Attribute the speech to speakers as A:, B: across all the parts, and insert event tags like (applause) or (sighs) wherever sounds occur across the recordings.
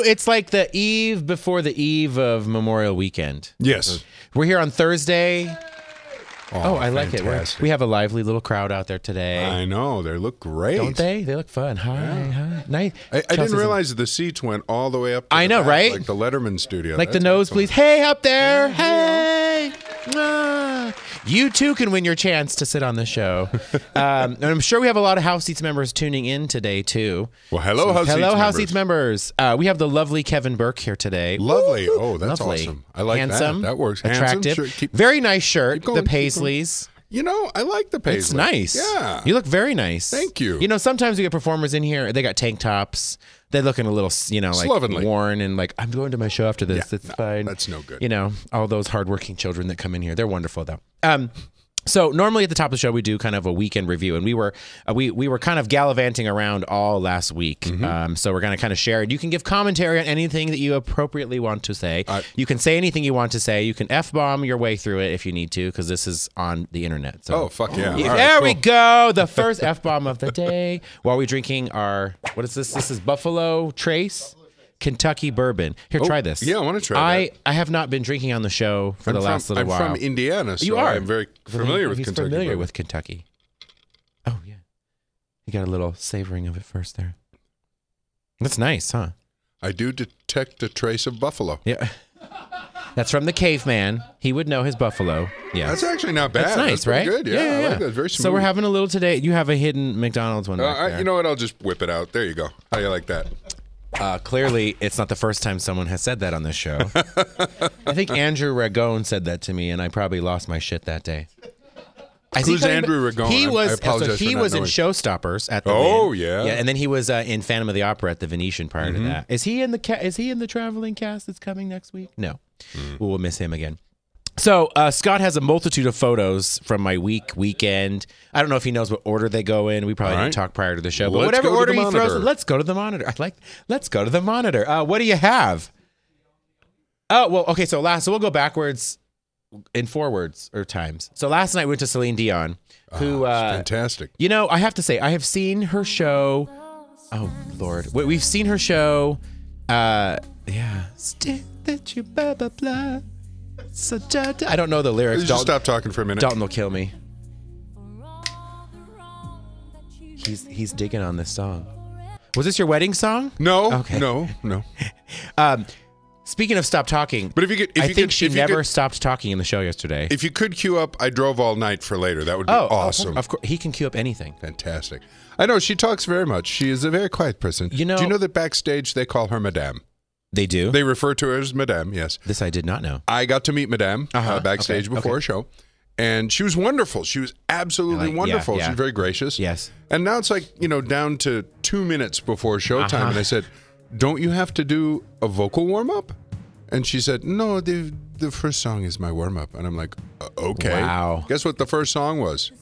A: It's like the eve before the eve of Memorial Weekend.
B: Yes.
A: We're here on Thursday. Oh, I like it. We're,
B: fantastic.
A: we have a lively little crowd out there today.
B: I know they look great.
A: Don't they? They look fun. Hi, hi. Nice.
B: I, I
A: Chelsea's
B: didn't
A: in-
B: realize the seats went all the way up. To
A: I
B: the
A: know,
B: back,
A: right?
B: Like the Letterman studio.
A: Like the
B: That's excellent.
A: nosebleeds. Hey, up there. Hey. Ah. You too can win your chance to sit on the
B: (laughs)
A: show. um, and I'm sure we have a lot of House Seats members tuning in today, too.
B: Well, hello, House
A: Hello, House
B: Seats members.
A: Seats members. Uh, we have the lovely Kevin Burke here today.
B: Lovely. Oh, that's
A: Lovely.
B: awesome. I like
A: Handsome,
B: that. That works. Handsome,
A: Attractive.
B: sure, keep-
A: very nice shirt.
B: going, keep
A: the
B: going.
A: Paisleys.
B: You know, I like the paisley.
A: It's nice.
B: Yeah.
A: You look very nice.
B: Thank you.
A: You know, sometimes we get performers in here, they got tank tops. They're looking a little, you know, like
B: Slovenly.
A: worn and like, I'm going to my show after this.
B: Yeah,
A: it's
B: no,
A: fine.
B: that's no good.
A: You know, all those hardworking children that come in here. They're wonderful, though. Um, so normally at the top of the show we do kind of a weekend review, and we were uh, we we were kind of gallivanting around all last week.
B: Mm-hmm.
A: Um, so we're going to kind of share it. You can give commentary on anything that you appropriately want to say.
B: Uh,
A: you can say anything you want to say. You can f bomb your way through it if you need to, because this is on the internet. So
B: oh, fuck yeah.
A: yeah,
B: All right,
A: there
B: cool.
A: we go. The first F bomb of the day while we're drinking our, what is this? This is Buffalo Trace. Kentucky bourbon. Here, try this.
B: Oh, yeah, I wanna try
A: I
B: that.
A: I have not been drinking on the show for
B: I'm
A: the
B: from,
A: last little
B: I'm
A: while.
B: from Indiana, so
A: You are.
B: I'm very familiar with
A: He's
B: Kentucky.
A: Familiar
B: bourbon.
A: with Kentucky. Oh yeah, you got a little savoring of it first there. That's nice, huh?
B: I do detect a trace of buffalo.
A: Yeah. (laughs) That's from the caveman. He would know his buffalo. Yeah.
B: That's actually not bad.
A: That's nice,
B: pretty
A: right?
B: Good. Yeah, I like that. Very smooth.
A: So we're having a little today. You have a hidden McDonald's one.
B: Uh,
A: back
B: I-
A: there.
B: you know what? I'll just whip it out. There you go. How you like that?
A: Uh, clearly, it's not the first time someone has said that on this show. I think Andrew Ragone said that to me, and I probably lost my shit that day. I
B: Who's
A: I even-
B: Andrew Ragone?
A: He
B: I'm- I
A: was so
B: apologize
A: he
B: for not
A: was in
B: knowing.
A: Showstoppers at the
B: Oh,
A: Wynn.
B: yeah. Mm-hmm.
A: yeah, and then he was uh, in Phantom of the Opera at the Venetian prior to that. Is he in the ca- is he in the traveling cast that's coming next week? No,
B: Mm.
A: we'll we'll miss him again. So uh, Scott has a multitude of photos from my week weekend. I don't know if he knows what order they go in. We probably
B: All right.
A: didn't talk prior to the show, but
B: Let's
A: whatever
B: go to
A: order
B: the
A: he throws,
B: monitor.
A: let's go to the monitor. I like. Let's go to the monitor. Uh, what do you have? Oh well, okay. So last, so we'll go backwards in forwards or times. So last night we went to Celine Dion, who
B: Ah,
A: uh,
B: Fantastic.
A: you know, I have to say, I have seen her show. Oh Lord, We- we've seen her show. Uh, yeah, Stick that you blah blah blah. So, da, da. I don't know the lyrics.
B: Just
A: Dalton,
B: stop talking for a minute.
A: Dalton will kill me. He's he's digging on this song. Was this your wedding song?
B: No,
A: Okay.
B: no, no.
A: Speaking of stop talking,
B: But if you could, if
A: I
B: you
A: think
B: could,
A: she
B: if you
A: never
B: could-
A: stopped talking in the show yesterday.
B: if you could queue up, I drove all night for later. That would be
A: oh,
B: awesome.
A: Of course, he can queue up anything.
B: Fantastic. I know she talks very much. She is a very quiet person.
A: You know-
B: do you know that backstage they call her Madame?
A: They do.
B: They refer to her as Madame. Yes,
A: this I did not know.
B: I got to meet Madame uh
A: Uh-huh.
B: backstage
A: Okay.
B: before
A: Okay.
B: a show, and she was wonderful. She was absolutely
A: Like, yeah,
B: wonderful.
A: yeah.
B: She's very gracious.
A: Yes.
B: And now it's like you know down to two minutes before showtime,
A: Uh-huh.
B: and I said, "Don't you have to do a vocal warm up?" And she said, "No, the the first song is my warm up." And I'm like, "Uh, "Okay."
A: Wow.
B: Guess what the first song was?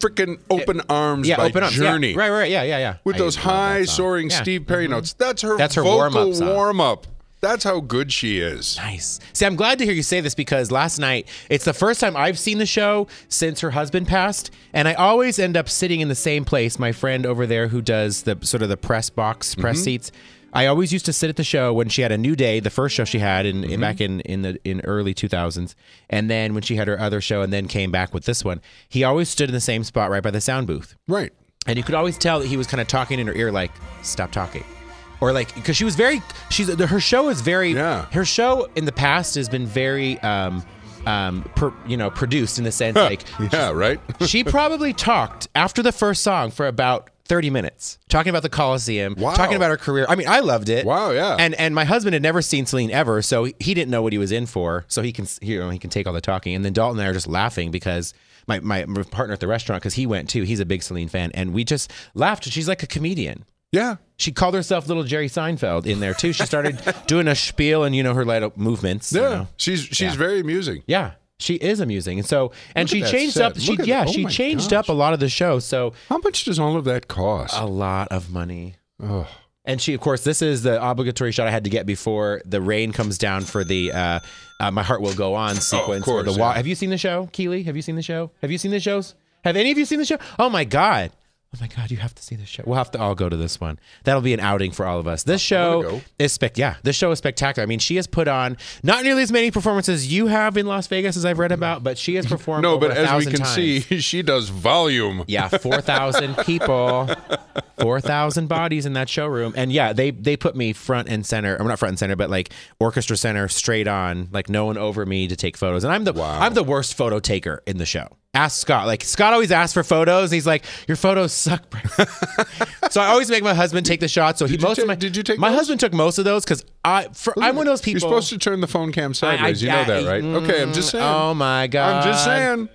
B: Freaking open arms
A: Yeah,
B: by
A: open up.
B: Journey.
A: Yeah, right, right. Yeah, yeah, yeah.
B: With
A: I
B: those
A: love that
B: high
A: song.
B: soaring
A: Yeah. Mm-hmm.
B: Steve Perry notes. That's her
A: That's her
B: vocal
A: warm-up song.
B: warm up. That's how good she is.
A: Nice. See, I'm glad to hear you say this because last night, it's the first time I've seen the show since her husband passed. And I always end up sitting in the same place. My friend over there who does the sort of the press box, press seats. I always used to sit at the show when she had a new day, the first show she had in, in- back in in the in early 2000s, and then when she had her other show and then came back with this one. He always stood in the same spot right by the sound booth.
B: Right.
A: and you could always tell that he was kind of talking in her ear like stop talking or like because she was very she's her show is very
B: Yeah.
A: her show in the past has been very um um per, you know produced in the sense like (laughs)
B: yeah, right?
A: she probably talked after the first song for about 30 minutes talking about the Coliseum,
B: Wow.
A: talking about her career. I mean, I loved it.
B: Wow, yeah.
A: And and my husband had never seen Celine ever, so he didn't know what he was in for. So he can you know, he can take all the talking. And then Dalton and I are just laughing because my my partner at the restaurant cuz he went too. He's a big Celine fan and we just laughed. She's like a comedian.
B: yeah.
A: She called herself Little Jerry Seinfeld in there too. She
B: (laughs)
A: started doing a spiel and you know her little movements. you
B: Yeah.
A: know.
B: She's she's very amusing.
A: Yeah. She is amusing. And so and
B: Look at
A: she
B: that
A: changed
B: set.
A: up she
B: Look at
A: yeah,
B: that. Oh
A: she
B: my
A: changed
B: gosh.
A: up a lot of the show. So
B: How much does all of that cost?
A: a lot of money. And she, of course, this is the obligatory shot I had to get before the rain comes down for the uh, uh, "My Heart Will Go On" sequence. or
B: Oh, course,
A: the wa-
B: yeah.
A: Have you seen the show, Keely? Have you seen the show? Have you seen the shows? Have any of you seen the show? Oh my God, Oh my God, you have to see this show. We'll have to all go to this one. That'll be an outing for all of us. This show
B: go.
A: is spec. Yeah, this show is spectacular. I mean, she has put on not nearly as many performances you have in Las Vegas as I've read about, but
B: (laughs)
A: she has performed.
B: No, but
A: over a
B: as we
A: thousand
B: can
A: times.
B: see, (laughs) she does volume.
A: Yeah, four thousand
B: (laughs)
A: people, four thousand bodies in that showroom, and yeah, they they put me front and center. I'm not front and center, but like orchestra center, straight on, like no one over me to take photos. And I'm the I'm the worst photo taker in the show. Ask Scott. Like Scott always asks for photos. and he's like, "Your photos suck."
B: (laughs)
A: Brent." so I always make my husband take the shot. So he
B: you
A: most
B: take-
A: of my
B: did you take
A: my
B: those?
A: husband took most of those because I for, I'm one of those people.
B: You're supposed to turn the phone cam sideways. you know
A: I-
B: that, right?
A: mm,
B: okay, I'm just saying.
A: oh my god!
B: I'm just saying.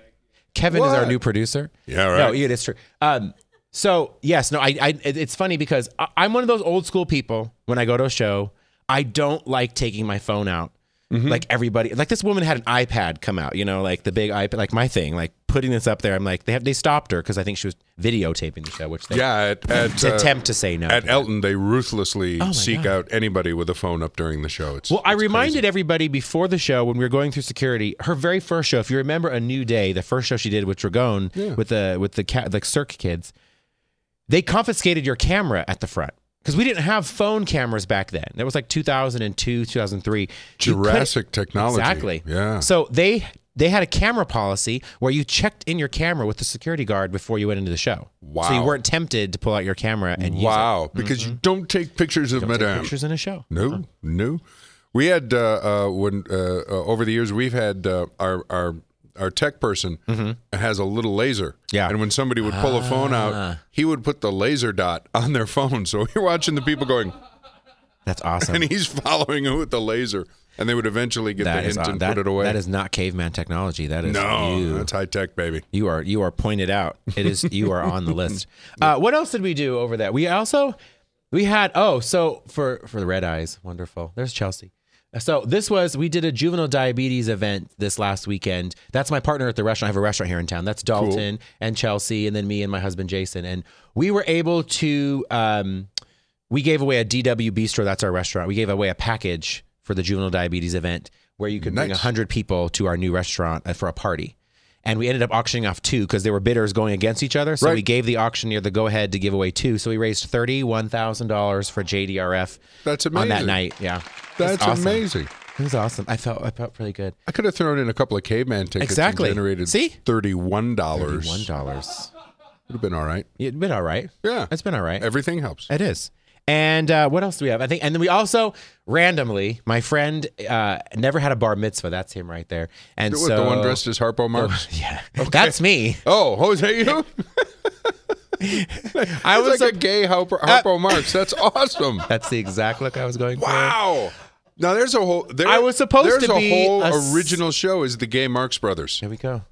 A: Kevin is our
B: What?
A: new producer.
B: Yeah, right.
A: No, it is true. Um, so yes, no, I, I, it- it's funny because I, I'm one of those old school people. When I go to a show, I don't like taking my phone out. Like everybody, like this woman had an iPad come out, you know, like the big iPad, like my thing, like putting this up there. I'm like, they have they stopped her because I think she was videotaping the show, which they
B: Yeah, at at, uh,
A: attempt to say no.
B: at Elton, they ruthlessly seek
A: Oh God.
B: out anybody with a phone up during the show. It's
A: Well, I reminded everybody before the show when we were going through security, her very first show. If you remember, A New Day, the first show she did with Dragon, with the with the cat, the Cirque kids, they confiscated your camera at the front because we didn't have phone cameras back then. That was like 2002, 2003. You couldn't-
B: Jurassic technology.
A: Exactly.
B: Yeah.
A: So they they had a camera policy where you checked in your camera with the security guard before you went into the show. So you
B: Wow.
A: weren't tempted to pull out your camera and use it. Mm-hmm.
B: wow, because you don't take pictures of
A: Take
B: Madame.
A: pictures in a show.
B: No, no. We had uh, uh, when uh, uh, over the years we've had uh, our our our tech person has a little laser.
A: Mm-hmm. Yeah. Ah.
B: And when somebody would pull a phone out, he would put the laser dot on their phone. So you're watching the people going, (laughs)
A: That's awesome.
B: and he's following it with the laser, and they would eventually get the
A: That is
B: hint
A: uh,
B: and
A: that-
B: put it away.
A: That is not caveman technology. That is
B: no,
A: you.
B: that's high tech, baby.
A: You are you are pointed out. It is you are on the list. Uh, what else did we do over that? We also we had oh so for for the red eyes wonderful. There's Chelsea. Uh, So this was we did a juvenile diabetes event this last weekend. That's my partner at the restaurant. I have a restaurant here in town. That's Dalton and Chelsea, and then me and my husband Jason. And we were able to um, we gave away a DW Bistro. That's our restaurant. We gave away a package for the juvenile diabetes event where you could bring bring
B: Nice.
A: 100 people to our new restaurant uh, for a party. And we ended up auctioning off two because there were bidders going against each other. So
B: Right.
A: we gave the auctioneer the go ahead to give away two. So we raised $31,000 for JDRF
B: That's
A: on that
B: amazing.
A: night. Yeah. It was
B: That's
A: awesome.
B: amazing.
A: It was awesome. I felt I felt really good.
B: I could have thrown in a couple of caveman tickets. and
A: Exactly.
B: generated
A: See?
B: thirty-one dollars. Would
A: $1.
B: have been all right.
A: It's been all right.
B: Yeah.
A: It's been all right.
B: Everything helps.
A: It is. And uh, what else do we have? I think, and then we also randomly, my friend uh, never had a bar mitzvah. That's him right there. And
B: What,
A: so
B: the one dressed as Harpo Marx.
A: (laughs)
B: (laughs)
A: yeah, that's me.
B: Oh, Jose, (laughs) you?
A: I
B: It's
A: was
B: like
A: a-
B: a gay (laughs) Harpo, Harpo Marx. That's (laughs) awesome.
A: that's the exact look I was going for.
B: Wow. Now there's a whole. There,
A: I was supposed
B: there's
A: to
B: a
A: be
B: whole
A: a s-
B: original show is the Gay Marx Brothers.
A: Here we go.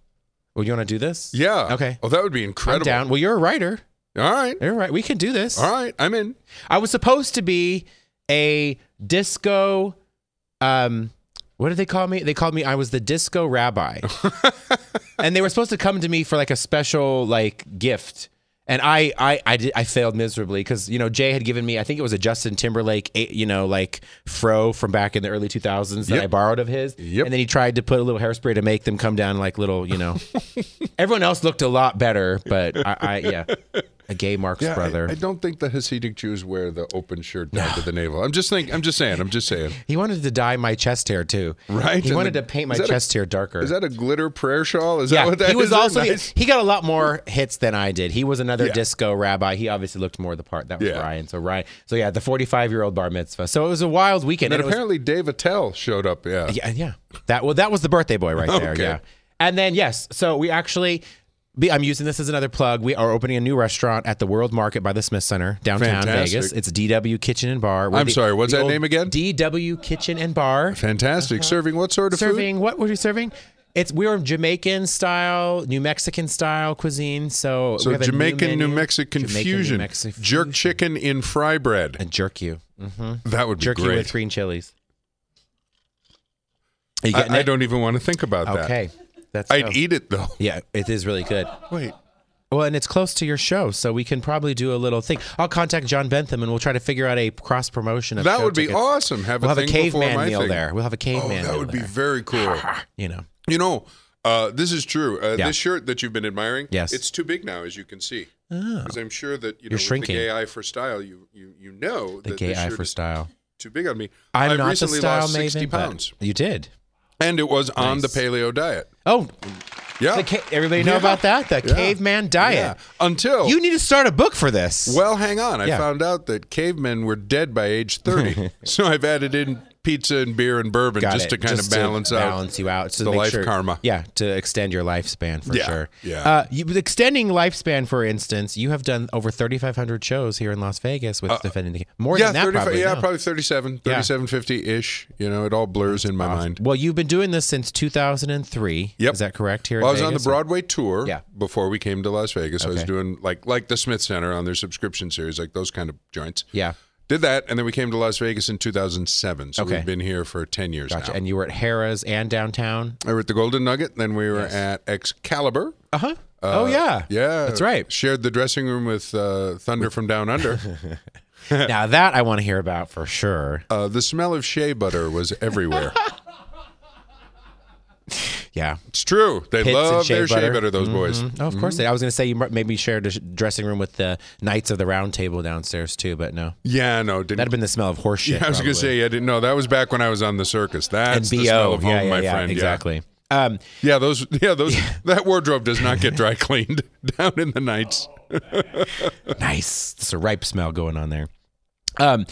A: Well, you want to do this?
B: Yeah.
A: Okay.
B: Oh, that would be
A: I'm
B: incredible.
A: down. Well, you're a writer.
B: All right.
A: You're right. We can do this.
B: All right. I'm in.
A: I was supposed to be a disco. Um, what did they call me? They called me. I was the disco
B: (laughs)
A: rabbi, and they were supposed to come to me for like a special like gift. And I I I, did, I failed miserably because you know Jay had given me I think it was a Justin Timberlake eh, you know like fro from back in the early 2000s that I
B: Yep.
A: borrowed of his.
B: Yep.
A: And then he tried to put a little hairspray to make them come down like little you
B: (laughs)
A: know. Everyone else looked a lot better, but I, I yeah, a gay Marx
B: Yeah, I-
A: brother.
B: I, don't think the Hasidic Jews wear the open shirt down to the navel. I'm just think. I'm just saying. I'm just saying.
A: He wanted to dye my chest hair too.
B: Right?
A: He
B: And
A: wanted
B: the-
A: to paint my
B: is that a-
A: chest hair darker.
B: (laughs) Is that a glitter prayer shawl? Is
A: yeah,
B: that what that is?
A: he was
B: Isn't that
A: also the-
B: (laughs) nice?
A: he got a lot more hits than I did. He was another
B: Yeah.
A: disco rabbi. He obviously looked more the part. That was
B: Yeah.
A: Ryan. So Ryan. So yeah, the forty-five-year-old bar mitzvah. So it was a wild weekend.
B: And
A: and it was-
B: apparently Dave Attell showed up. Yeah.
A: yeah, yeah. That well, that was the birthday boy right there.
B: Okay.
A: Yeah. And then yes, so we actually. be- I'm using this as another plug. We are opening a new restaurant at the World Market by the Smith Center, downtown
B: Fantastic.
A: Vegas. It's DW Kitchen and Bar. We're
B: I'm
A: the-
B: sorry, what's
A: the
B: that
A: old
B: name again?
A: DW Kitchen and Bar.
B: Fantastic. Uh-huh. Serving what sort of food?
A: serving what were you serving? It's we are Jamaican style, New Mexican style cuisine. So we
B: So
A: have a
B: Jamaican
A: new,
B: New,
A: menu.
B: Mexican
A: Jamaican, New
B: fusion,
A: Mexi-
B: jerk chicken in fry bread.
A: and jerk you, mm-hmm.
B: That would be
A: jerk you
B: great.
A: with green chilies. Are you getting
B: I, I
A: it?
B: don't even want to think about that.
A: Okay, that's
B: I'd
A: go.
B: eat it though. (laughs)
A: Yeah, it is really good.
B: Wait.
A: Well, and it's close to your show, so we can probably do a little thing. I'll contact John Bentham and we'll try to figure out a cross promotion. of
B: That
A: show
B: would be
A: tickets.
B: awesome. Have
A: We'll
B: a
A: have a
B: thing before
A: caveman
B: my
A: meal
B: thing.
A: there. We'll have a
B: Oh,
A: caveman.
B: that
A: meal (laughs)
B: would be
A: there,
B: very cool.
A: You know.
B: you know, Uh, this is true. Uh,
A: Yeah.
B: This shirt that you've been admiring,
A: Yes. Oh.
B: it's too big now, as you can see. Because I'm sure that you know,
A: You're
B: with
A: shrinking.
B: the gay eye for style, you you, you know
A: The
B: that
A: gay
B: this
A: eye
B: shirt
A: for
B: is
A: style.
B: too big on me.
A: I'm
B: have
A: not
B: recently
A: the style
B: lost
A: maven,
B: 60
A: but
B: pounds,
A: You did.
B: and it was on the
A: Nice.
B: paleo diet.
A: Oh,
B: Yeah,
A: the ca- everybody know
B: Yeah.
A: about that? The
B: Yeah.
A: caveman diet.
B: Yeah. Until
A: You need to start a book for this.
B: well, hang on. I
A: Yeah.
B: found out that cavemen were dead by age
A: (laughs)
B: 30, so I've added in pizza and beer and bourbon
A: Got
B: just
A: it.
B: to kind of balance out.
A: balance you out to
B: the
A: make
B: life
A: sure-
B: karma.
A: Yeah, to extend your lifespan for
B: Yeah,
A: sure.
B: yeah.
A: Uh, you, but extending lifespan, for instance, you have done over 3,500 shows here in Las Vegas with defending the more
B: Uh, Yeah,
A: than that
B: 35
A: probably.
B: yeah,
A: now.
B: probably 37, 37, 50 ish. You know, it all blurs in my mind.
A: Well, you've been doing this since 2003.
B: Yep.
A: Is that correct? Here,
B: Well, I
A: in
B: was on the
A: Vegas?
B: Broadway tour
A: Yeah.
B: before we came to Las Vegas. I was
A: Okay.
B: doing like like the Smith Center on their subscription series, like those kind of joints.
A: Yeah.
B: Did that, and then we came to Las Vegas in 2007. So
A: Okay.
B: we've been here for 10 years
A: Gotcha.
B: now.
A: And you were at Harrah's and downtown.
B: I were at the Golden Nugget, then we were at Excalibur.
A: Uh huh. oh yeah.
B: Yeah,
A: That's right.
B: Shared the dressing room with uh, Thunder from
A: (laughs)
B: Down Under.
A: now that I want to hear about for sure.
B: Uh, the smell of shea butter was everywhere.
A: Yeah.
B: it's true. They
A: and
B: love
A: shea
B: their shea
A: butter.
B: butter. Those boys.
A: Oh, of course. they- I was going to say you m- maybe shared a sh- dressing room with the Knights of the Round Table downstairs too, but no.
B: Yeah, no, didn't
A: That'd have been the smell of horse shit.
B: (laughs) I was
A: probably.
B: gonna say, I didn't know that was back when I was on the circus.
A: and
B: That's
A: bo.
B: the smell of home,
A: yeah, yeah,
B: my
A: yeah,
B: friend.
A: Exactly.
B: (laughs)
A: Um,
B: Yeah. yeah, those. Yeah, those. (laughs) That wardrobe does not get dry cleaned (laughs) down in the nights.
A: nice. It's a ripe smell going on there. Um,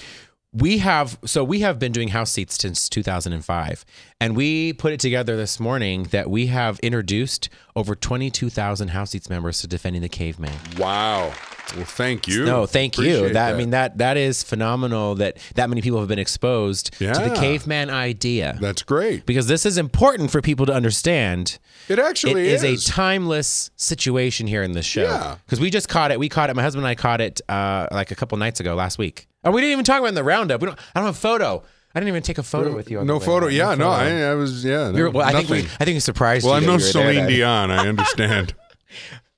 A: we have so we have been doing house seats since 2005, and we put it together this morning that we have introduced over 22,000 house seats members to defending the caveman.
B: Wow. Well, thank you.
A: No, thank you.
B: Appreciate
A: That, I mean that that is phenomenal that that many people have been exposed to the
B: Yeah.
A: caveman idea.
B: that's great.
A: because this is important for people to understand.
B: It
A: It
B: actually
A: is, a timeless situation here in this show.
B: Yeah.
A: Because we just caught it. We caught it. My husband and I caught it uh, like a couple nights ago last week. And we didn't even talk about it in the roundup. We don't. I don't have a photo. I didn't even take a photo with you. On the
B: no
A: way
B: photo.
A: around.
B: Yeah, no.
A: photo.
B: I, I was. Yeah.
A: We were-
B: no,
A: well, I think we.
B: nothing.
A: I think we surprised.
B: well,
A: you
B: I'm
A: that
B: no
A: you were there
B: Celine
A: that- (laughs)
B: Dion. I understand.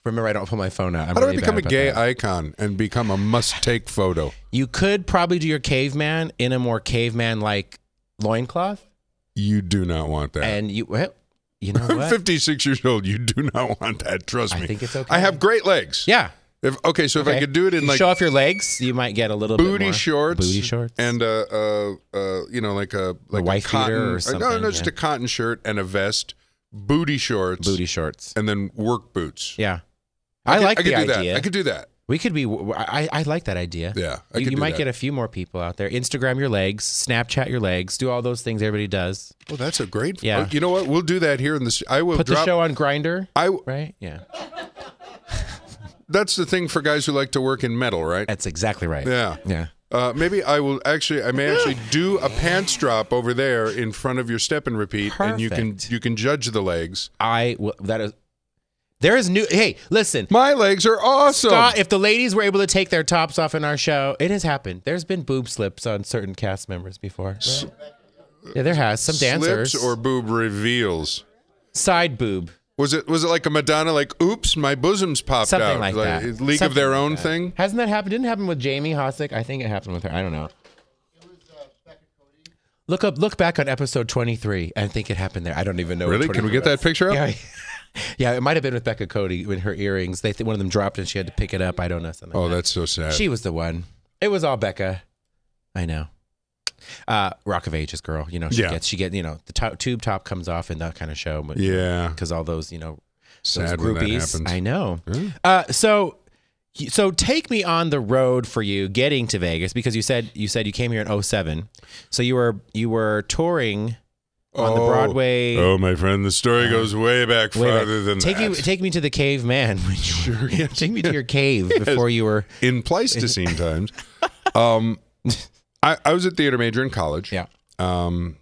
A: Remember, I don't pull my phone out. I'm
B: How do I
A: really
B: become
A: bad
B: a
A: about
B: gay
A: that.
B: icon and become a must-take photo?
A: You could probably do your caveman in a more caveman-like loincloth,
B: You do not want that.
A: and you. Well, you
B: (laughs)
A: know
B: I'm
A: what?
B: 56 years old. You do not want that. Trust
A: I
B: me.
A: think it's okay.
B: I have great legs.
A: yeah.
B: If, okay, so if I
A: Okay.
B: could do it in
A: You
B: like
A: show off your legs, you might get a little bit
B: booty
A: more.
B: shorts,
A: Booty shorts.
B: and uh, uh, uh, you know, like a like
A: wife
B: a
A: beater
B: cotton,
A: or
B: No,
A: something,
B: no, just
A: yeah.
B: a cotton shirt and a vest, booty shorts,
A: booty shorts.
B: and then work boots.
A: Yeah. I,
B: could-
A: like
B: I could
A: the
B: do
A: idea.
B: that. I could do that.
A: we could be. I, I like that idea.
B: Yeah, I
A: you
B: could
A: you
B: do
A: might
B: that.
A: get a few more people out there. Instagram your legs, Snapchat your legs, do all those things everybody does.
B: Well, that's a great.
A: Yeah.
B: oh, you know what? We'll do that here in this. I will
A: Put
B: Oh,
A: the
B: drop.
A: show on Grinder,
B: I. w-
A: right? Yeah,
B: That's the thing for guys who like to work in metal, right?
A: that's exactly right.
B: Yeah.
A: yeah.
B: Uh, maybe I will actually. I may actually do a pants drop over there in front of your step and repeat, and you can
A: Perfect.
B: you can judge the legs.
A: I will. That is. There is new. Hey, listen.
B: My legs are awesome.
A: Scott, if the ladies were able to take their tops off in our show, it has happened. There's been boob slips on certain cast members before. yeah, there has. Some dancers.
B: Slips or boob reveals.
A: side boob.
B: Was it was it like a Madonna like oops my bosom's popped
A: Something
B: out
A: like that.
B: League of
A: Something
B: Their
A: like
B: Own
A: that.
B: thing?
A: Hasn't that happened? Didn't it happen with Jamie Hosick. I think it happened with her. I don't know. Look up. Look back on episode twenty-three. I think it happened there. I don't even know. what
B: Really? Can
A: 23
B: we get that picture up?
A: was. Yeah, (laughs) yeah. It might have been with Becca Cody when her earrings. They th- one of them dropped and she had to pick it up. I don't know something.
B: Oh, that's so sad.
A: She was the one. It was all Becca. I know. Uh, Rock of Ages girl. You know she
B: Yeah.
A: gets she get you know the top, tube top comes off in that kind of show. But
B: yeah,
A: because all those you know those
B: sad when that
A: groupies.
B: happens.
A: I know.
B: Yeah.
A: Uh, so, so take me on the road for you getting to Vegas because you said you said you came here in 07. So you were you were touring on the
B: Oh.
A: Broadway.
B: Oh, my friend, the story goes way back
A: Wait a minute.
B: farther than
A: take
B: that.
A: you take me to the caveman. when you (laughs) were- take me
B: (laughs)
A: to your cave before you were. (laughs)
B: in Pleistocene times. Um, I, I was a theater major in college.
A: Yeah.
B: Um,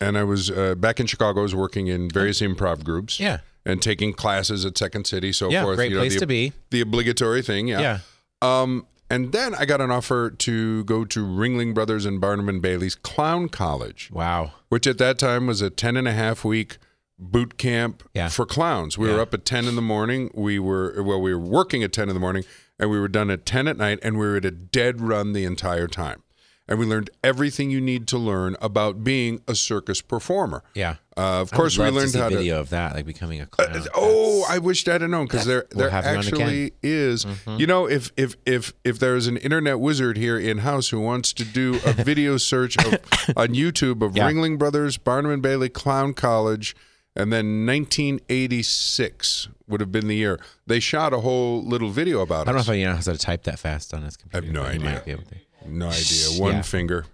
B: and I was uh, back in Chicago. I was working in various improv groups.
A: Yeah.
B: And taking classes at Second City, so
A: Yeah,
B: forth.
A: great
B: you know,
A: place
B: the,
A: to be.
B: The obligatory thing.
A: Yeah.
B: Um, and then I got an offer to go to Ringling Brothers and Barnum and Bailey's Clown College,
A: Wow.
B: which at that time was a 10 and a half week boot camp
A: Yeah.
B: for clowns. We were up at 10 in the morning. We were, well, we were working at 10 in the morning and we were done at 10 at night and we were at a dead run the entire time. And we learned everything you need to learn about being a circus performer.
A: Yeah.
B: Uh, of course,
A: I'd
B: we
A: love to
B: learned
A: see
B: how
A: video
B: to. Uh,
A: of that, like becoming a clown.
B: Oh, I wished I'd have known because there,
A: We'll
B: there
A: have you on again. Mm-hmm.
B: actually is. You know, if if if if there is an internet wizard here in house who wants to do
A: (laughs)
B: a video search of, on YouTube of
A: Yeah.
B: Ringling Brothers, Barnum and Bailey Clown College, and then 1986 would have been the year they shot a whole little video about
A: I don't know
B: us.
A: if I you know how to type that fast on his computer.
B: no
A: but he
B: idea.
A: Might be able to.
B: No idea. One
A: Yeah. (laughs)
B: finger.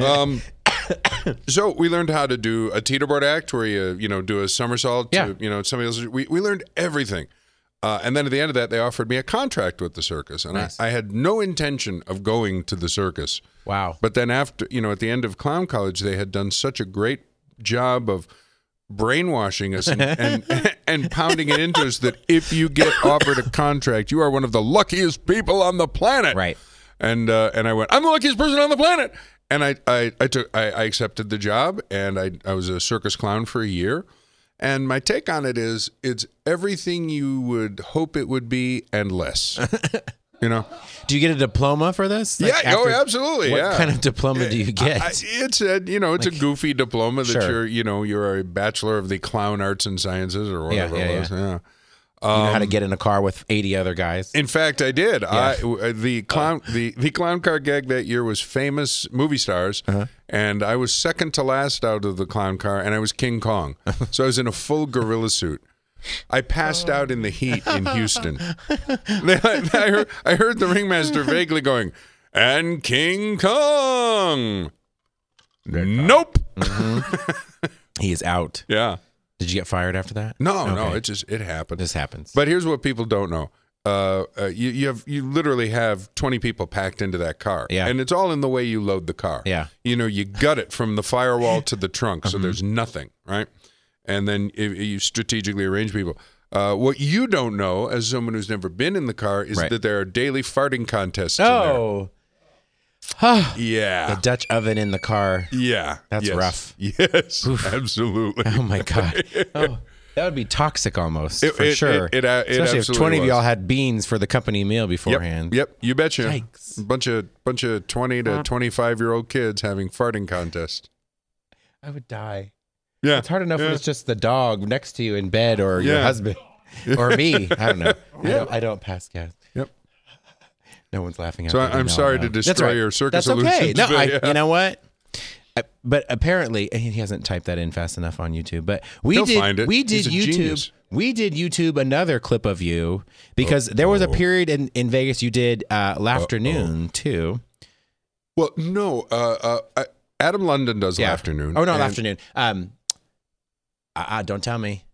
B: um, so we learned how to do a teeterboard act where you you know do a somersault. to,
A: Yeah.
B: you know somebody else. We we learned everything. Uh, and then at the end of that, they offered me a contract with the circus, and I, I had no intention of going to the circus.
A: Wow.
B: But then after, you know, at the end of clown college, they had done such a great job of
A: (laughs)
B: brainwashing us and and, and pounding it into us that if you get offered a contract, you are one of the luckiest people on the planet.
A: Right.
B: And uh, and I went, I'm the luckiest person on the planet. And I I, I took I, I accepted the job, and I I was a circus clown for a year. And my take on it is, it's everything you would hope it would be and
A: (laughs)
B: less. you know.
A: Do you get a diploma for this? Like,
B: yeah. oh,
A: after-
B: absolutely.
A: What
B: yeah.
A: kind of diploma do you get?
B: I, it's a you know it's a goofy diploma that
A: Sure.
B: you're you know you're a bachelor of the clown arts and sciences or
A: Yeah,
B: whatever
A: yeah,
B: it was. Yeah.
A: you know how to get in a car with 80 other guys.
B: um, In fact, I did. I w uh the clown the the clown car gag that year was famous movie stars, and I was second to last out of the clown car, and I was King Kong, so I was in a full gorilla suit. I passed out in the heat in Houston. I, heard, I heard the ringmaster vaguely going, "And King Kong." Nope.
A: He is out.
B: Yeah.
A: Did you get fired after that?
B: No, no,
A: Okay.
B: it just it happened.
A: This happens.
B: But here's what people don't know: uh, uh, you you have you literally have 20 people packed into that car,
A: Yeah.
B: and it's all in the way you load the car.
A: Yeah. Mm-hmm.
B: you know, you gut it from
A: (laughs)
B: the firewall to the trunk, so there's nothing, right? And then i you strategically arrange people. Uh, what you don't know, as someone who's never been in the car, is
A: Right.
B: that there are daily farting contests.
A: oh,
B: in there.
A: (sighs)
B: yeah,
A: the Dutch oven in the car.
B: yeah,
A: That's
B: Yes.
A: rough.
B: (laughs) Yes,
A: (laughs)
B: absolutely.
A: Oh
B: (laughs)
A: my god. Oh, that would be toxic almost
B: It-
A: for
B: it-
A: sure.
B: it- it a- it
A: Especially if 20
B: absolutely
A: of
B: was.
A: y'all had beans for the company meal beforehand.
B: Yep, yep, you betcha.
A: Yikes. Uh.
B: Bunch of bunch of twenty to twenty five year old kids having farting contest.
A: I would die.
B: Yeah,
A: It's hard enough
B: Yeah.
A: when it's just the dog next to you in bed or your
B: Yeah.
A: husband (laughs) or me. I don't know. I, don't, I don't pass gas.
B: Yep.
A: No one's laughing at
B: So
A: me.
B: I- I'm
A: No,
B: sorry
A: no.
B: to
A: That's
B: destroy
A: right.
B: your circus
A: That's okay.
B: illusions,
A: No,
B: but
A: I,
B: yeah.
A: you know what? I- But apparently, and he hasn't typed that in fast enough on YouTube. But we
B: He'll
A: did.
B: find it.
A: We did
B: He's a
A: YouTube.
B: genius.
A: We did YouTube another clip of you because there
B: Oh.
A: was a period in, in Vegas you did uh, afternoon too.
B: Well, no, uh, uh, I- Adam London does
A: Yeah.
B: afternoon.
A: Oh no,
B: and-
A: afternoon. Um, uh, uh, don't tell me.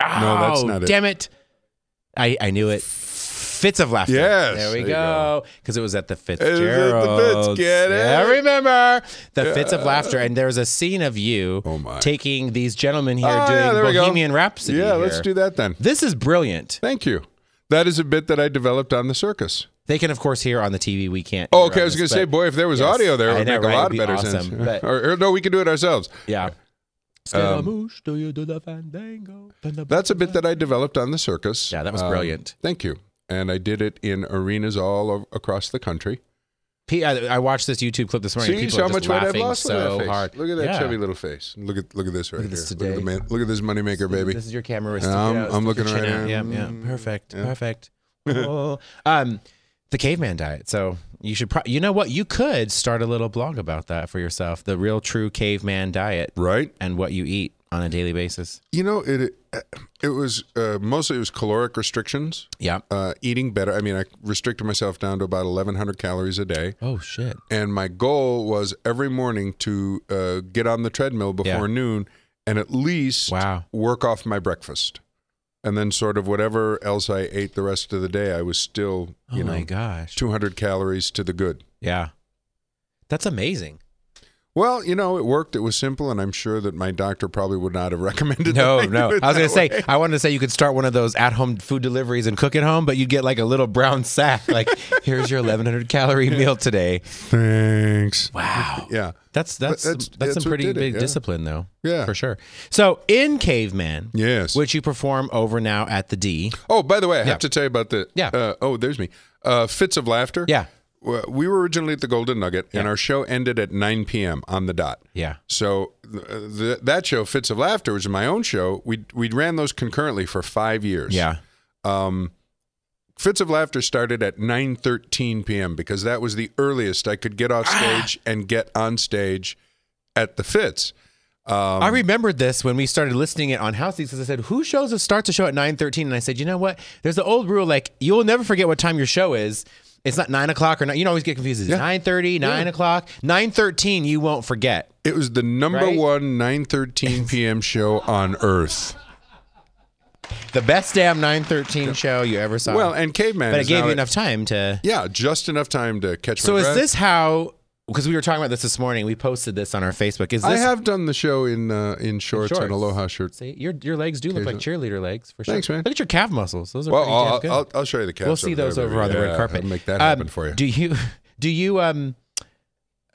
B: No, that's
A: Oh,
B: not it.
A: Damn it! I I knew it. Fits of laughter.
B: Yes,
A: there we
B: there you
A: go. Because it was at the
B: Fitz,
A: Fitzgerald.
B: get it?
A: Yeah, I remember the fits of laughter, and there was a scene of you
B: Oh, my.
A: taking these gentlemen here
B: Oh, yeah,
A: doing
B: there we go.
A: Bohemian Rhapsody.
B: Yeah, let's
A: here.
B: do that then.
A: This is brilliant.
B: Thank you. That is a bit that I developed on the circus.
A: They can, of course, hear on the TV. We can't.
B: Oh,
A: hear on
B: okay. I was going
A: this,
B: to say,
A: but-
B: boy, if there was
A: Yes.
B: audio there, it
A: I
B: would
A: know,
B: make
A: right?
B: a lot
A: It'd be
B: better sense.
A: awesome, but-
B: or, or no, we could do it ourselves.
A: Yeah.
B: um, That's a bit that I developed on the circus.
A: Yeah, that was
B: Um,
A: brilliant.
B: Thank you. And I did it in arenas all o- across the country.
A: P- I, I watched this YouTube clip this morning.
B: See
A: and people
B: how
A: are just
B: much weight I've
A: laughing
B: lost. look at
A: so
B: that face.
A: hard.
B: Look at that
A: Yeah.
B: chubby little face. Look at look at this right
A: at this
B: here. Look
A: today.
B: at, the man, look at this moneymaker, baby.
A: This is your camera. It's
B: Yeah,
A: sticking
B: I'm-
A: out. It's
B: I'm
A: stick your
B: looking
A: chin
B: right
A: out.
B: at it.
A: Yeah, yeah. Perfect.
B: (laughs)
A: Perfect. oh. Um, the caveman diet. So you should. Pro- you know what? You could start a little blog about that for yourself. The real, true caveman diet
B: Right?
A: and what you eat on a daily basis.
B: You know, it it was uh, mostly it was caloric restrictions,
A: Yeah.
B: uh, eating better. I mean, I restricted myself down to about 1,100 calories a day,
A: Oh shit.
B: and my goal was every morning to uh, get on the treadmill before noon and at least
A: Wow.
B: work off my breakfast, and then sort of whatever else I ate the rest of the day, I was still
A: Oh
B: you
A: my
B: know
A: gosh.
B: 200 calories to the good.
A: Yeah. That's amazing.
B: Well, you know, it worked. It was simple, and I'm sure that my doctor probably would not have (laughs)
A: (laughs)
B: recommended.
A: No,
B: that I do
A: no.
B: it
A: I was gonna
B: that
A: say
B: way.
A: I wanted to say you could start one of those at-home food deliveries and cook at home, but you'd get like a little brown sack.
B: (laughs)
A: Like, here's your 1,100 calorie meal today.
B: thanks.
A: Wow,
B: Yeah,
A: that's that's
B: that's-
A: that's,
B: that's
A: some
B: what
A: pretty
B: did it,
A: big
B: yeah.
A: discipline, though.
B: Yeah.
A: for sure. So in Caveman,
B: yes.
A: which you perform over now at the D.
B: oh, by the way, I
A: Yeah.
B: have to tell you about the.
A: Yeah.
B: Uh, oh, there's me. Uh, fits of laughter.
A: Yeah.
B: W- w- we were originally at the Golden Nugget, and
A: Yeah.
B: our show ended at 9 p.m. on the dot.
A: Yeah.
B: So th- th- that show, Fits of Laughter, was my own show. We we ran those concurrently for five years.
A: Yeah.
B: Fits of Laughter started at 9:13 p.m. because that was the earliest I could get off
A: Ah!
B: stage and get on stage at the Fits. Um,
A: I remembered this when we started listening it on Houseies because I said, "Who shows that starts a show at 9.13? And I said, "You know what? There's the old rule like you'll never forget what time your show is. It's not nine o'clock or not. You always get confused. It's nine thirty, nine o'clock, nine thirteen. You won't forget.
B: It was the number
A: Right?
B: one 9:13 p.m. show on earth.
A: The best damn nine thirteen show you ever saw.
B: Well, and Caveman.
A: but
B: is
A: it gave
B: now
A: you
B: at-
A: enough time to.
B: Yeah, just enough time to catch.
A: So
B: my
A: is
B: breath.
A: this how? Because we were talking about this this morning. We posted this on our Facebook. Is this?
B: I have done the show in uh, in shorts,
A: shorts.
B: and aloha shirts.
A: See, your your legs do look like cheerleader legs for sure.
B: Thanks, man.
A: Look at your calf muscles. Those are
B: Well,
A: pretty damn
B: I'll,
A: good.
B: I'll, I'll show you the cats.
A: we'll see those
B: there,
A: over
B: baby.
A: on the
B: Yeah,
A: red carpet.
B: I'll make that
A: Um,
B: happen for you.
A: Do you (laughs) do you um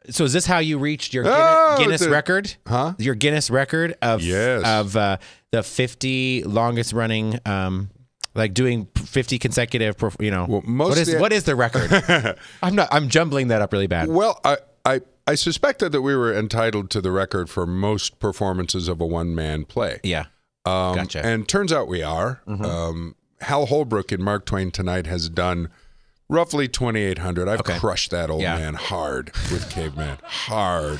A: so is this how you reached your Guinness,
B: Oh,
A: Guinness
B: the-
A: record?
B: Huh?
A: Your Guinness record of
B: Yes.
A: of uh, the 50 longest running um like doing 50 consecutive, perf- you know.
B: most
A: what is
B: of the-
A: what is the
B: (laughs)
A: record? I'm not I'm jumbling that up really bad.
B: Well, I, I I suspected that we were entitled to the record for most performances of a one man play.
A: Yeah.
B: Um,
A: Gotcha. Mm-hmm.
B: And turns out we are. Um, Hal Holbrook in Mark Twain Tonight has done roughly 2,800. I've crushed that old
A: Yeah.
B: man hard with Caveman. hard.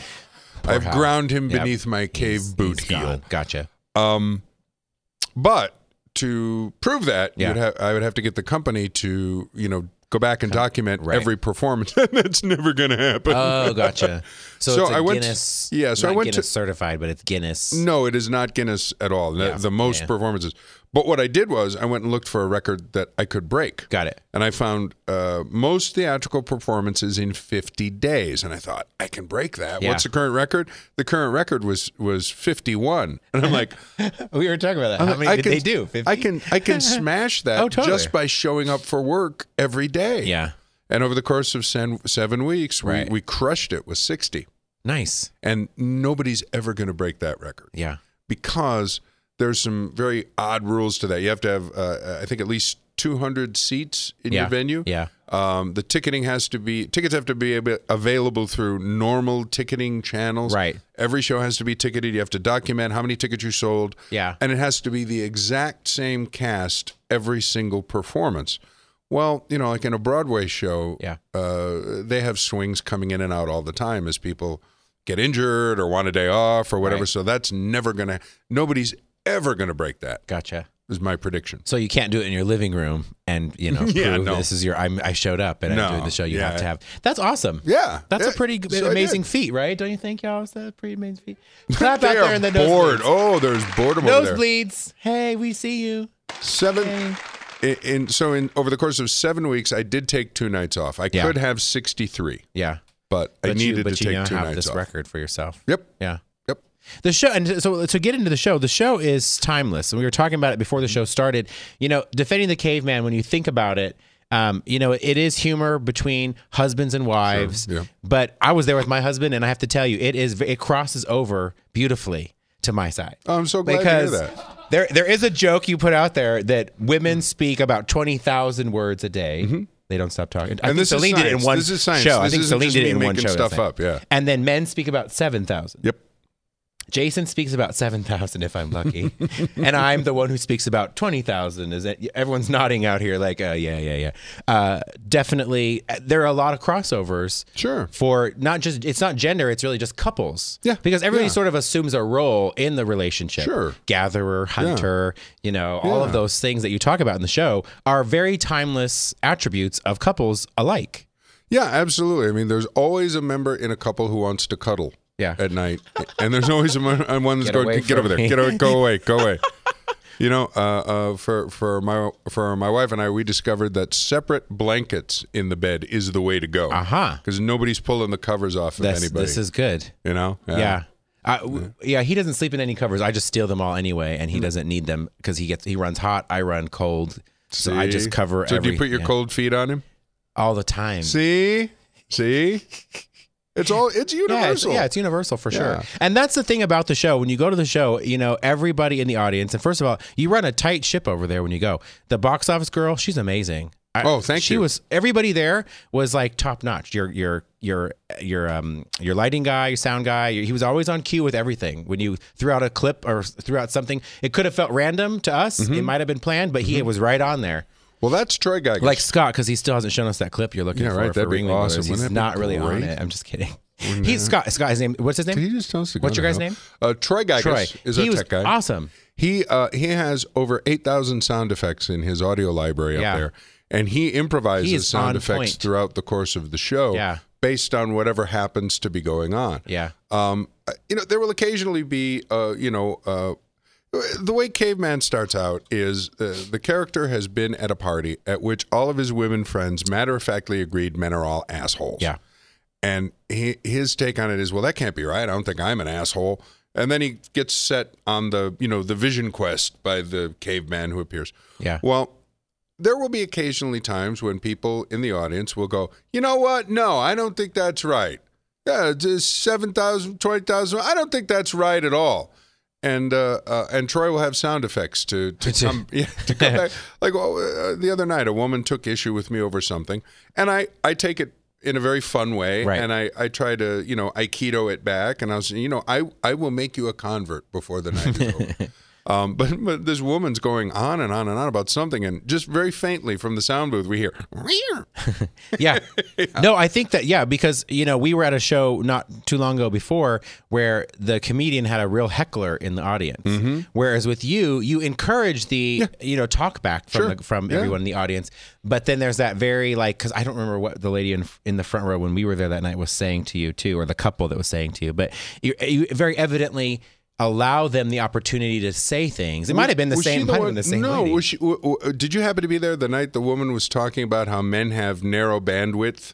B: I've ground him beneath my cave boot
A: He's
B: heel.
A: gone. Gotcha.
B: But to prove that,
A: Yeah.
B: you'd ha- I would have to get the company to, you know, go back and document every performance. (laughs) And that's never going to happen.
A: Oh,
B: (laughs)
A: gotcha. So,
B: So
A: it's a
B: I went to-
A: Guinness.
B: yeah, so I
A: not
B: went to-
A: Guinness certified, but it's Guinness.
B: No, it is not Guinness at all. The, the most performances. But what I did was I went and looked for a record that I could break.
A: Got
B: (laughs)
A: it.
B: And I found uh, most theatrical performances in 50 days, and I thought I can break that.
A: Yeah.
B: What's the current record? The current record was was 51, (laughs) and I'm like,
A: We were talking about that. (laughs) How many
B: I
A: did
B: can,
A: they do? 50?
B: I can
A: (laughs)
B: I can smash that
A: Oh, totally.
B: just by showing up for work every day.
A: Yeah.
B: And over the course of sen- seven weeks,
A: Right.
B: we, we crushed it with 60,
A: Nice.
B: and nobody's ever going to break that record
A: Yeah.
B: because there's some very odd rules to that. You have to have, uh, I think, at least 200 seats in
A: Yeah.
B: your venue.
A: Yeah.
B: Um, the ticketing has to be tickets have to be ab- available through normal ticketing channels.
A: Right.
B: Every show has to be ticketed. You have to document how many tickets you sold.
A: Yeah.
B: And it has to be the exact same cast every single performance. Well, you know, like in a Broadway show,
A: Yeah.
B: uh, they have swings coming in and out all the time as people get injured or want a day off or whatever.
A: Right.
B: So that's never gonna. Nobody's ever gonna break that.
A: Gotcha.
B: Is my prediction.
A: So you can't do it in your living room and, you know,
B: (laughs) Yeah,
A: prove
B: no.
A: this is your, I'm, I showed up and
B: No,
A: I'm doing the show. You
B: yeah.
A: have to have. That's awesome.
B: Yeah,
A: That's a
B: yeah,
A: pretty g
B: so I
A: amazing
B: did.
A: feat, right? Don't you think, y'all? Is that a pretty amazing
B: (laughs)
A: feat? Clap
B: They
A: out there
B: are
A: in the
B: bored.
A: nosebleeds.
B: Oh, there's boredom over there.
A: Nosebleeds. Hey, we see you.
B: Seven. In, in- so in over the course of seven weeks, I did take two nights off. I
A: Yeah.
B: could have sixty three,
A: Yeah.
B: but, I
A: But
B: needed
A: you, but
B: to
A: you
B: take
A: now
B: two
A: have
B: nights
A: this
B: off.
A: record for yourself.
B: Yep.
A: Yeah.
B: Yep.
A: The show, and so to get into the show, the show is timeless, and we were talking about it before the show started. You know, defending the caveman. When you think about it, um, you know, it is humor between husbands and wives.
B: yeah.
A: But I was there with my husband, and I have to tell you, it is it crosses over beautifully to my side.
B: Oh, I'm so glad
A: because
B: to hear that. Mm-hmm.
A: there there is a joke you put out there that women speak about twenty thousand words a day. They don't stop talking. I think
B: And this is
A: Celine did it in
B: science.
A: one
B: This is science.
A: show. I
B: This
A: think
B: isn't
A: Celine
B: just
A: did it
B: me
A: in one
B: making
A: show. that's
B: stuff
A: like-
B: up, yeah.
A: And then men speak about seven thousand.
B: Yep.
A: Jason speaks about 7,000 if I'm lucky.
B: (laughs)
A: and I'm the one who speaks about 20,000. Is it, everyone's nodding out here like, uh, yeah, yeah, yeah. Uh, definitely, uh, there are a lot of crossovers.
B: Sure.
A: For not just, it's not gender, it's really just couples.
B: Yeah,
A: Because everybody
B: yeah.
A: sort of assumes a role in the relationship.
B: Sure.
A: Gatherer, hunter, you know, all of
B: Yeah.
A: those things that you talk about in the show are very timeless attributes of couples alike.
B: Yeah, absolutely. I mean, there's always a member in a couple who wants to cuddle.
A: Yeah.
B: At night, and there's always a mon- a one that's
A: Get
B: going,
A: away
B: get
A: from
B: over there,
A: me."
B: get away, go
A: (laughs)
B: away, go away. You know, uh, uh, for for my for my wife and I, we discovered that separate blankets in the bed is the way to go.
A: Uh-huh.
B: Because nobody's pulling the covers off of
A: That's,
B: anybody.
A: This is good.
B: you know.
A: Yeah. I, w- yeah, he doesn't sleep in any covers. I just steal them all anyway, and he
B: Hmm.
A: doesn't need them because he gets he runs hot. I run cold, so I
B: See?
A: just cover.
B: So
A: every,
B: do you put your
A: yeah,
B: cold feet on him?
A: all the time?
B: See, see, it's all it's
A: yeah, it's,
B: universal.
A: yeah, it's universal for sure.
B: Yeah.
A: And that's the thing about the show. When you go to the show, you know everybody in the audience. And first of all, you run a tight ship over there when you go. The box office girl, she's amazing. I-
B: Oh, thank
A: she
B: you.
A: was everybody there was like top notch. Your your your your um your lighting guy, your sound guy. He was always on cue with everything. When you threw out a clip or threw out something, it could have felt random to us. It
B: Mm-hmm.
A: might have been planned, but he was right on there.
B: Well, that's Troy Geiger.
A: Like Scott, because he still hasn't shown us that clip you're looking
B: Yeah,
A: for.
B: right,
A: for
B: that'd be
A: Ringling
B: awesome.
A: Brothers.
B: Wouldn't that
A: He's
B: be
A: not really on
B: great?
A: it. I'm just kidding. He's Scott. Scott. His name. What's his name?
B: Did he just tell us to go
A: What's
B: to
A: your guy's
B: hell?
A: name?
B: Uh, Troy Geiger
A: Troy.
B: is
A: he
B: our
A: was
B: tech guy.
A: awesome.
B: He uh, he has over eight thousand sound effects in his audio library up
A: Yeah.
B: there, and he improvises
A: He is on
B: sound effects
A: point.
B: throughout the course of the show,
A: Yeah.
B: based on whatever happens to be going on.
A: Yeah.
B: Um, uh, you know, there will occasionally be, uh, you know, uh, the way Caveman starts out is uh, the character has been at a party at which all of his women friends matter of factly agreed men are all assholes.
A: Yeah.
B: And he, his take on it is, well, that can't be right. I don't think I'm an asshole. And then he gets set on the, you know, the vision quest by the caveman who appears.
A: Yeah.
B: Well, there will be occasionally times when people in the audience will go, you know what? No, I don't think that's right. Yeah, just 7,000, 20,000. I don't think that's right at all. And uh, uh, and Troy will have sound effects to to come, (laughs) yeah, to come back. Like oh, uh, the other night, a woman took issue with me over something, and I, I take it in a very fun way,
A: Right.
B: and I, I try to you know aikido it back, and I was you know I, I will make you a convert before the night is over.
A: (laughs)
B: Um, but, but this woman's going on and on and on about something, and just very faintly from the sound booth, we hear, (laughs)
A: yeah. No, I think that yeah, because you know we were at a show not too long ago before where the comedian had a real heckler in the audience,
B: Mm-hmm.
A: whereas with you, you encourage the you know talk back from
B: Sure.
A: the, from
B: Yeah.
A: everyone in the audience, but then there's that very like because I don't remember what the lady in in the front row when we were there that night was saying to you too, or the couple that was saying to you, but you, you very evidently allow them the opportunity to say things. It might have been the
B: Was she
A: same. might have
B: one-
A: been the same.
B: No,
A: lady.
B: was she, w- w- did you happen to be there the night the woman was talking about how men have narrow bandwidth?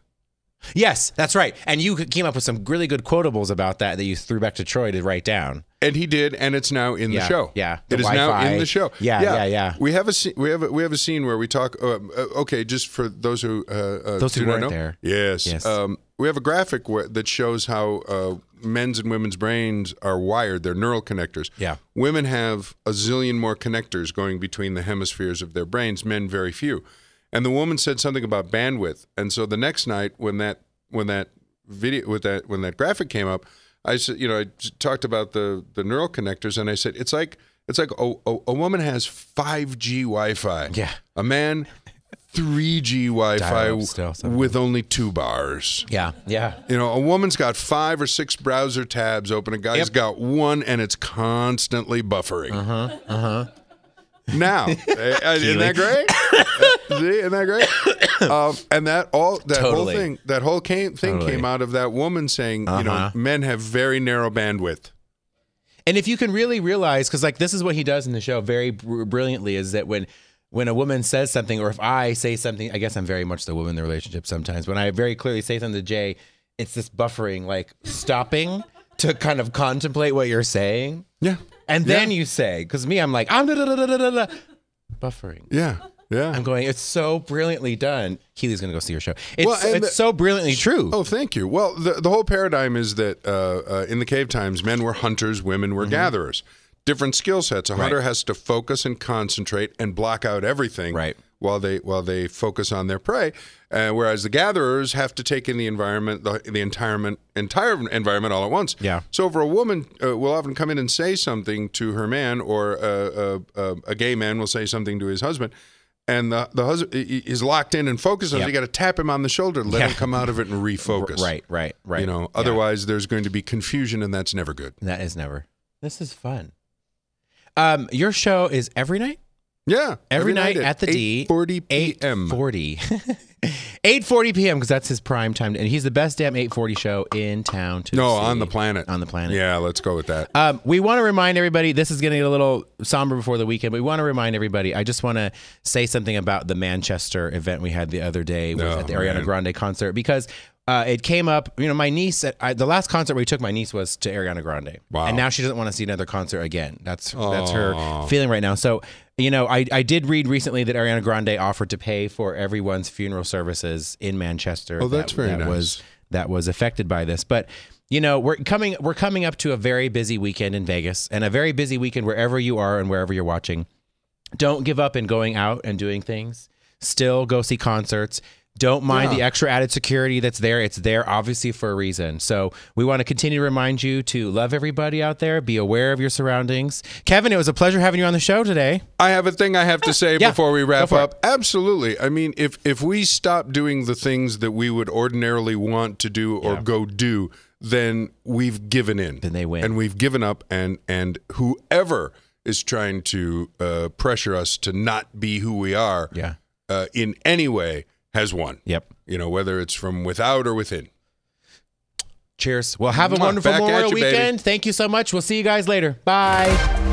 A: Yes, that's right. And you came up with some really good quotables about that that you threw back to Troy to write down.
B: And he did, and it's now in
A: Yeah,
B: the show.
A: yeah.
B: it
A: The
B: is now
A: Wi-Fi.
B: in the show.
A: Yeah, yeah, yeah.
B: We have a scene, we have a, we have a scene where we talk. Um, uh, okay, just for those who uh, uh,
A: Those who
B: do not
A: weren't
B: know.
A: there.
B: Yes,
A: Yes.
B: Um, we have a graphic where, that shows how uh, men's and women's brains are wired. Their neural connectors.
A: Yeah.
B: Women have a zillion more connectors going between the hemispheres of their brains, men very few. And the woman said something about bandwidth. And so the next night when that when that video with that when that graphic came up, I said, you know, I j- talked about the the neural connectors and I said it's like it's like a, a, a woman has 5G Wi-Fi.
A: Yeah.
B: A man 3G Wi-Fi
A: Dial-up still somehow.
B: with only two bars.
A: Yeah, yeah.
B: You know, a woman's got five or six browser tabs open. A guy's got one, and it's constantly buffering. Uh huh.
A: Uh-huh,
B: Uh huh.
A: (laughs)
B: Now, eh, eh, isn't that great? Eh, See, isn't that
A: (coughs)
B: great? Um, and that all that
A: Totally.
B: whole thing that whole came, thing
A: Totally.
B: came out of that woman saying, you know,
A: Uh-huh.
B: men have very narrow bandwidth.
A: And if you can really realize, because like this is what he does in the show very br- brilliantly, is that when when a woman says something, or if I say something, I guess I'm very much the woman in the relationship sometimes. When I very clearly say something to Jay, it's this buffering, like stopping to kind of contemplate what you're saying,
B: Yeah.
A: and then you say, because me, I'm like I'm da da da da da da, buffering.
B: Yeah. Yeah.
A: I'm going. It's so brilliantly done. Keely's gonna go see your show. It's
B: Well, and
A: it's
B: the-
A: so brilliantly true.
B: Oh, thank you. Well, the, the whole paradigm is that uh, uh, in the cave times, men were hunters, women
A: Mm-hmm.
B: were gatherers. Different skill sets. A hunter has to focus and concentrate and block out everything
A: Right.
B: while they while they focus on their prey. Uh, whereas the gatherers have to take in the environment, the, the entire entire environment all at once.
A: Yeah.
B: So for a woman, uh, will often come in and say something to her man, or uh, uh, uh, a gay man will say something to his husband. And the, the husband is locked in and focused on it.
A: Yep.
B: You got to tap him on the shoulder, let him
A: Yeah.
B: come out of it and refocus.
A: Right, right, right.
B: You know,
A: Yeah.
B: otherwise there's going to be confusion, and that's never good.
A: That is never. This is fun. Um, your show is every night,
B: Yeah.
A: every, night, at the D,
B: 40 p.m.
A: (laughs) 840, 840 p.m. because that's his prime time, and he's the best damn eight forty show in town. To
B: No,
A: see.
B: on the planet.
A: on the planet.
B: Yeah, let's go with that.
A: Um, we want to remind everybody. This is going to get a little somber before the weekend, but we want to remind everybody. I just want to say something about the Manchester event we had the other day with,
B: Oh,
A: at the Ariana
B: man.
A: Grande concert because uh, it came up. You know, my niece. At, I, the last concert we took my niece was to Ariana Grande,
B: Wow.
A: and now she doesn't want to see another concert again. That's that's her feeling right now. So you know, I I did read recently that Ariana Grande offered to pay for everyone's funeral services in Manchester.
B: Oh, that's
A: that,
B: very
A: that
B: nice.
A: Was that was affected by this. But you know, we're coming we're coming up to a very busy weekend in Vegas and a very busy weekend wherever you are and wherever you're watching. Don't give up in going out and doing things. Still go see concerts. Don't mind the extra added security that's there. It's there obviously for a reason. So we want to continue to remind you to love everybody out there, be aware of your surroundings. Kevin, it was a pleasure having you on the show today.
B: I have a thing I have to say
A: Ah, Yeah,
B: before we
A: go
B: wrap
A: for it.
B: up. Absolutely. I mean, if if we stop doing the things that we would ordinarily want to do or go do, then we've given in.
A: Then they win.
B: And we've given up. And and whoever is trying to uh, pressure us to not be who we are,
A: Yeah.
B: uh, in any way, has won.
A: Yep.
B: You know, whether it's from without or within.
A: Cheers. Well, have a
B: Mwah.
A: wonderful
B: Back at
A: Memorial
B: you, baby.
A: weekend. Thank you so much. We'll see you guys later. Bye.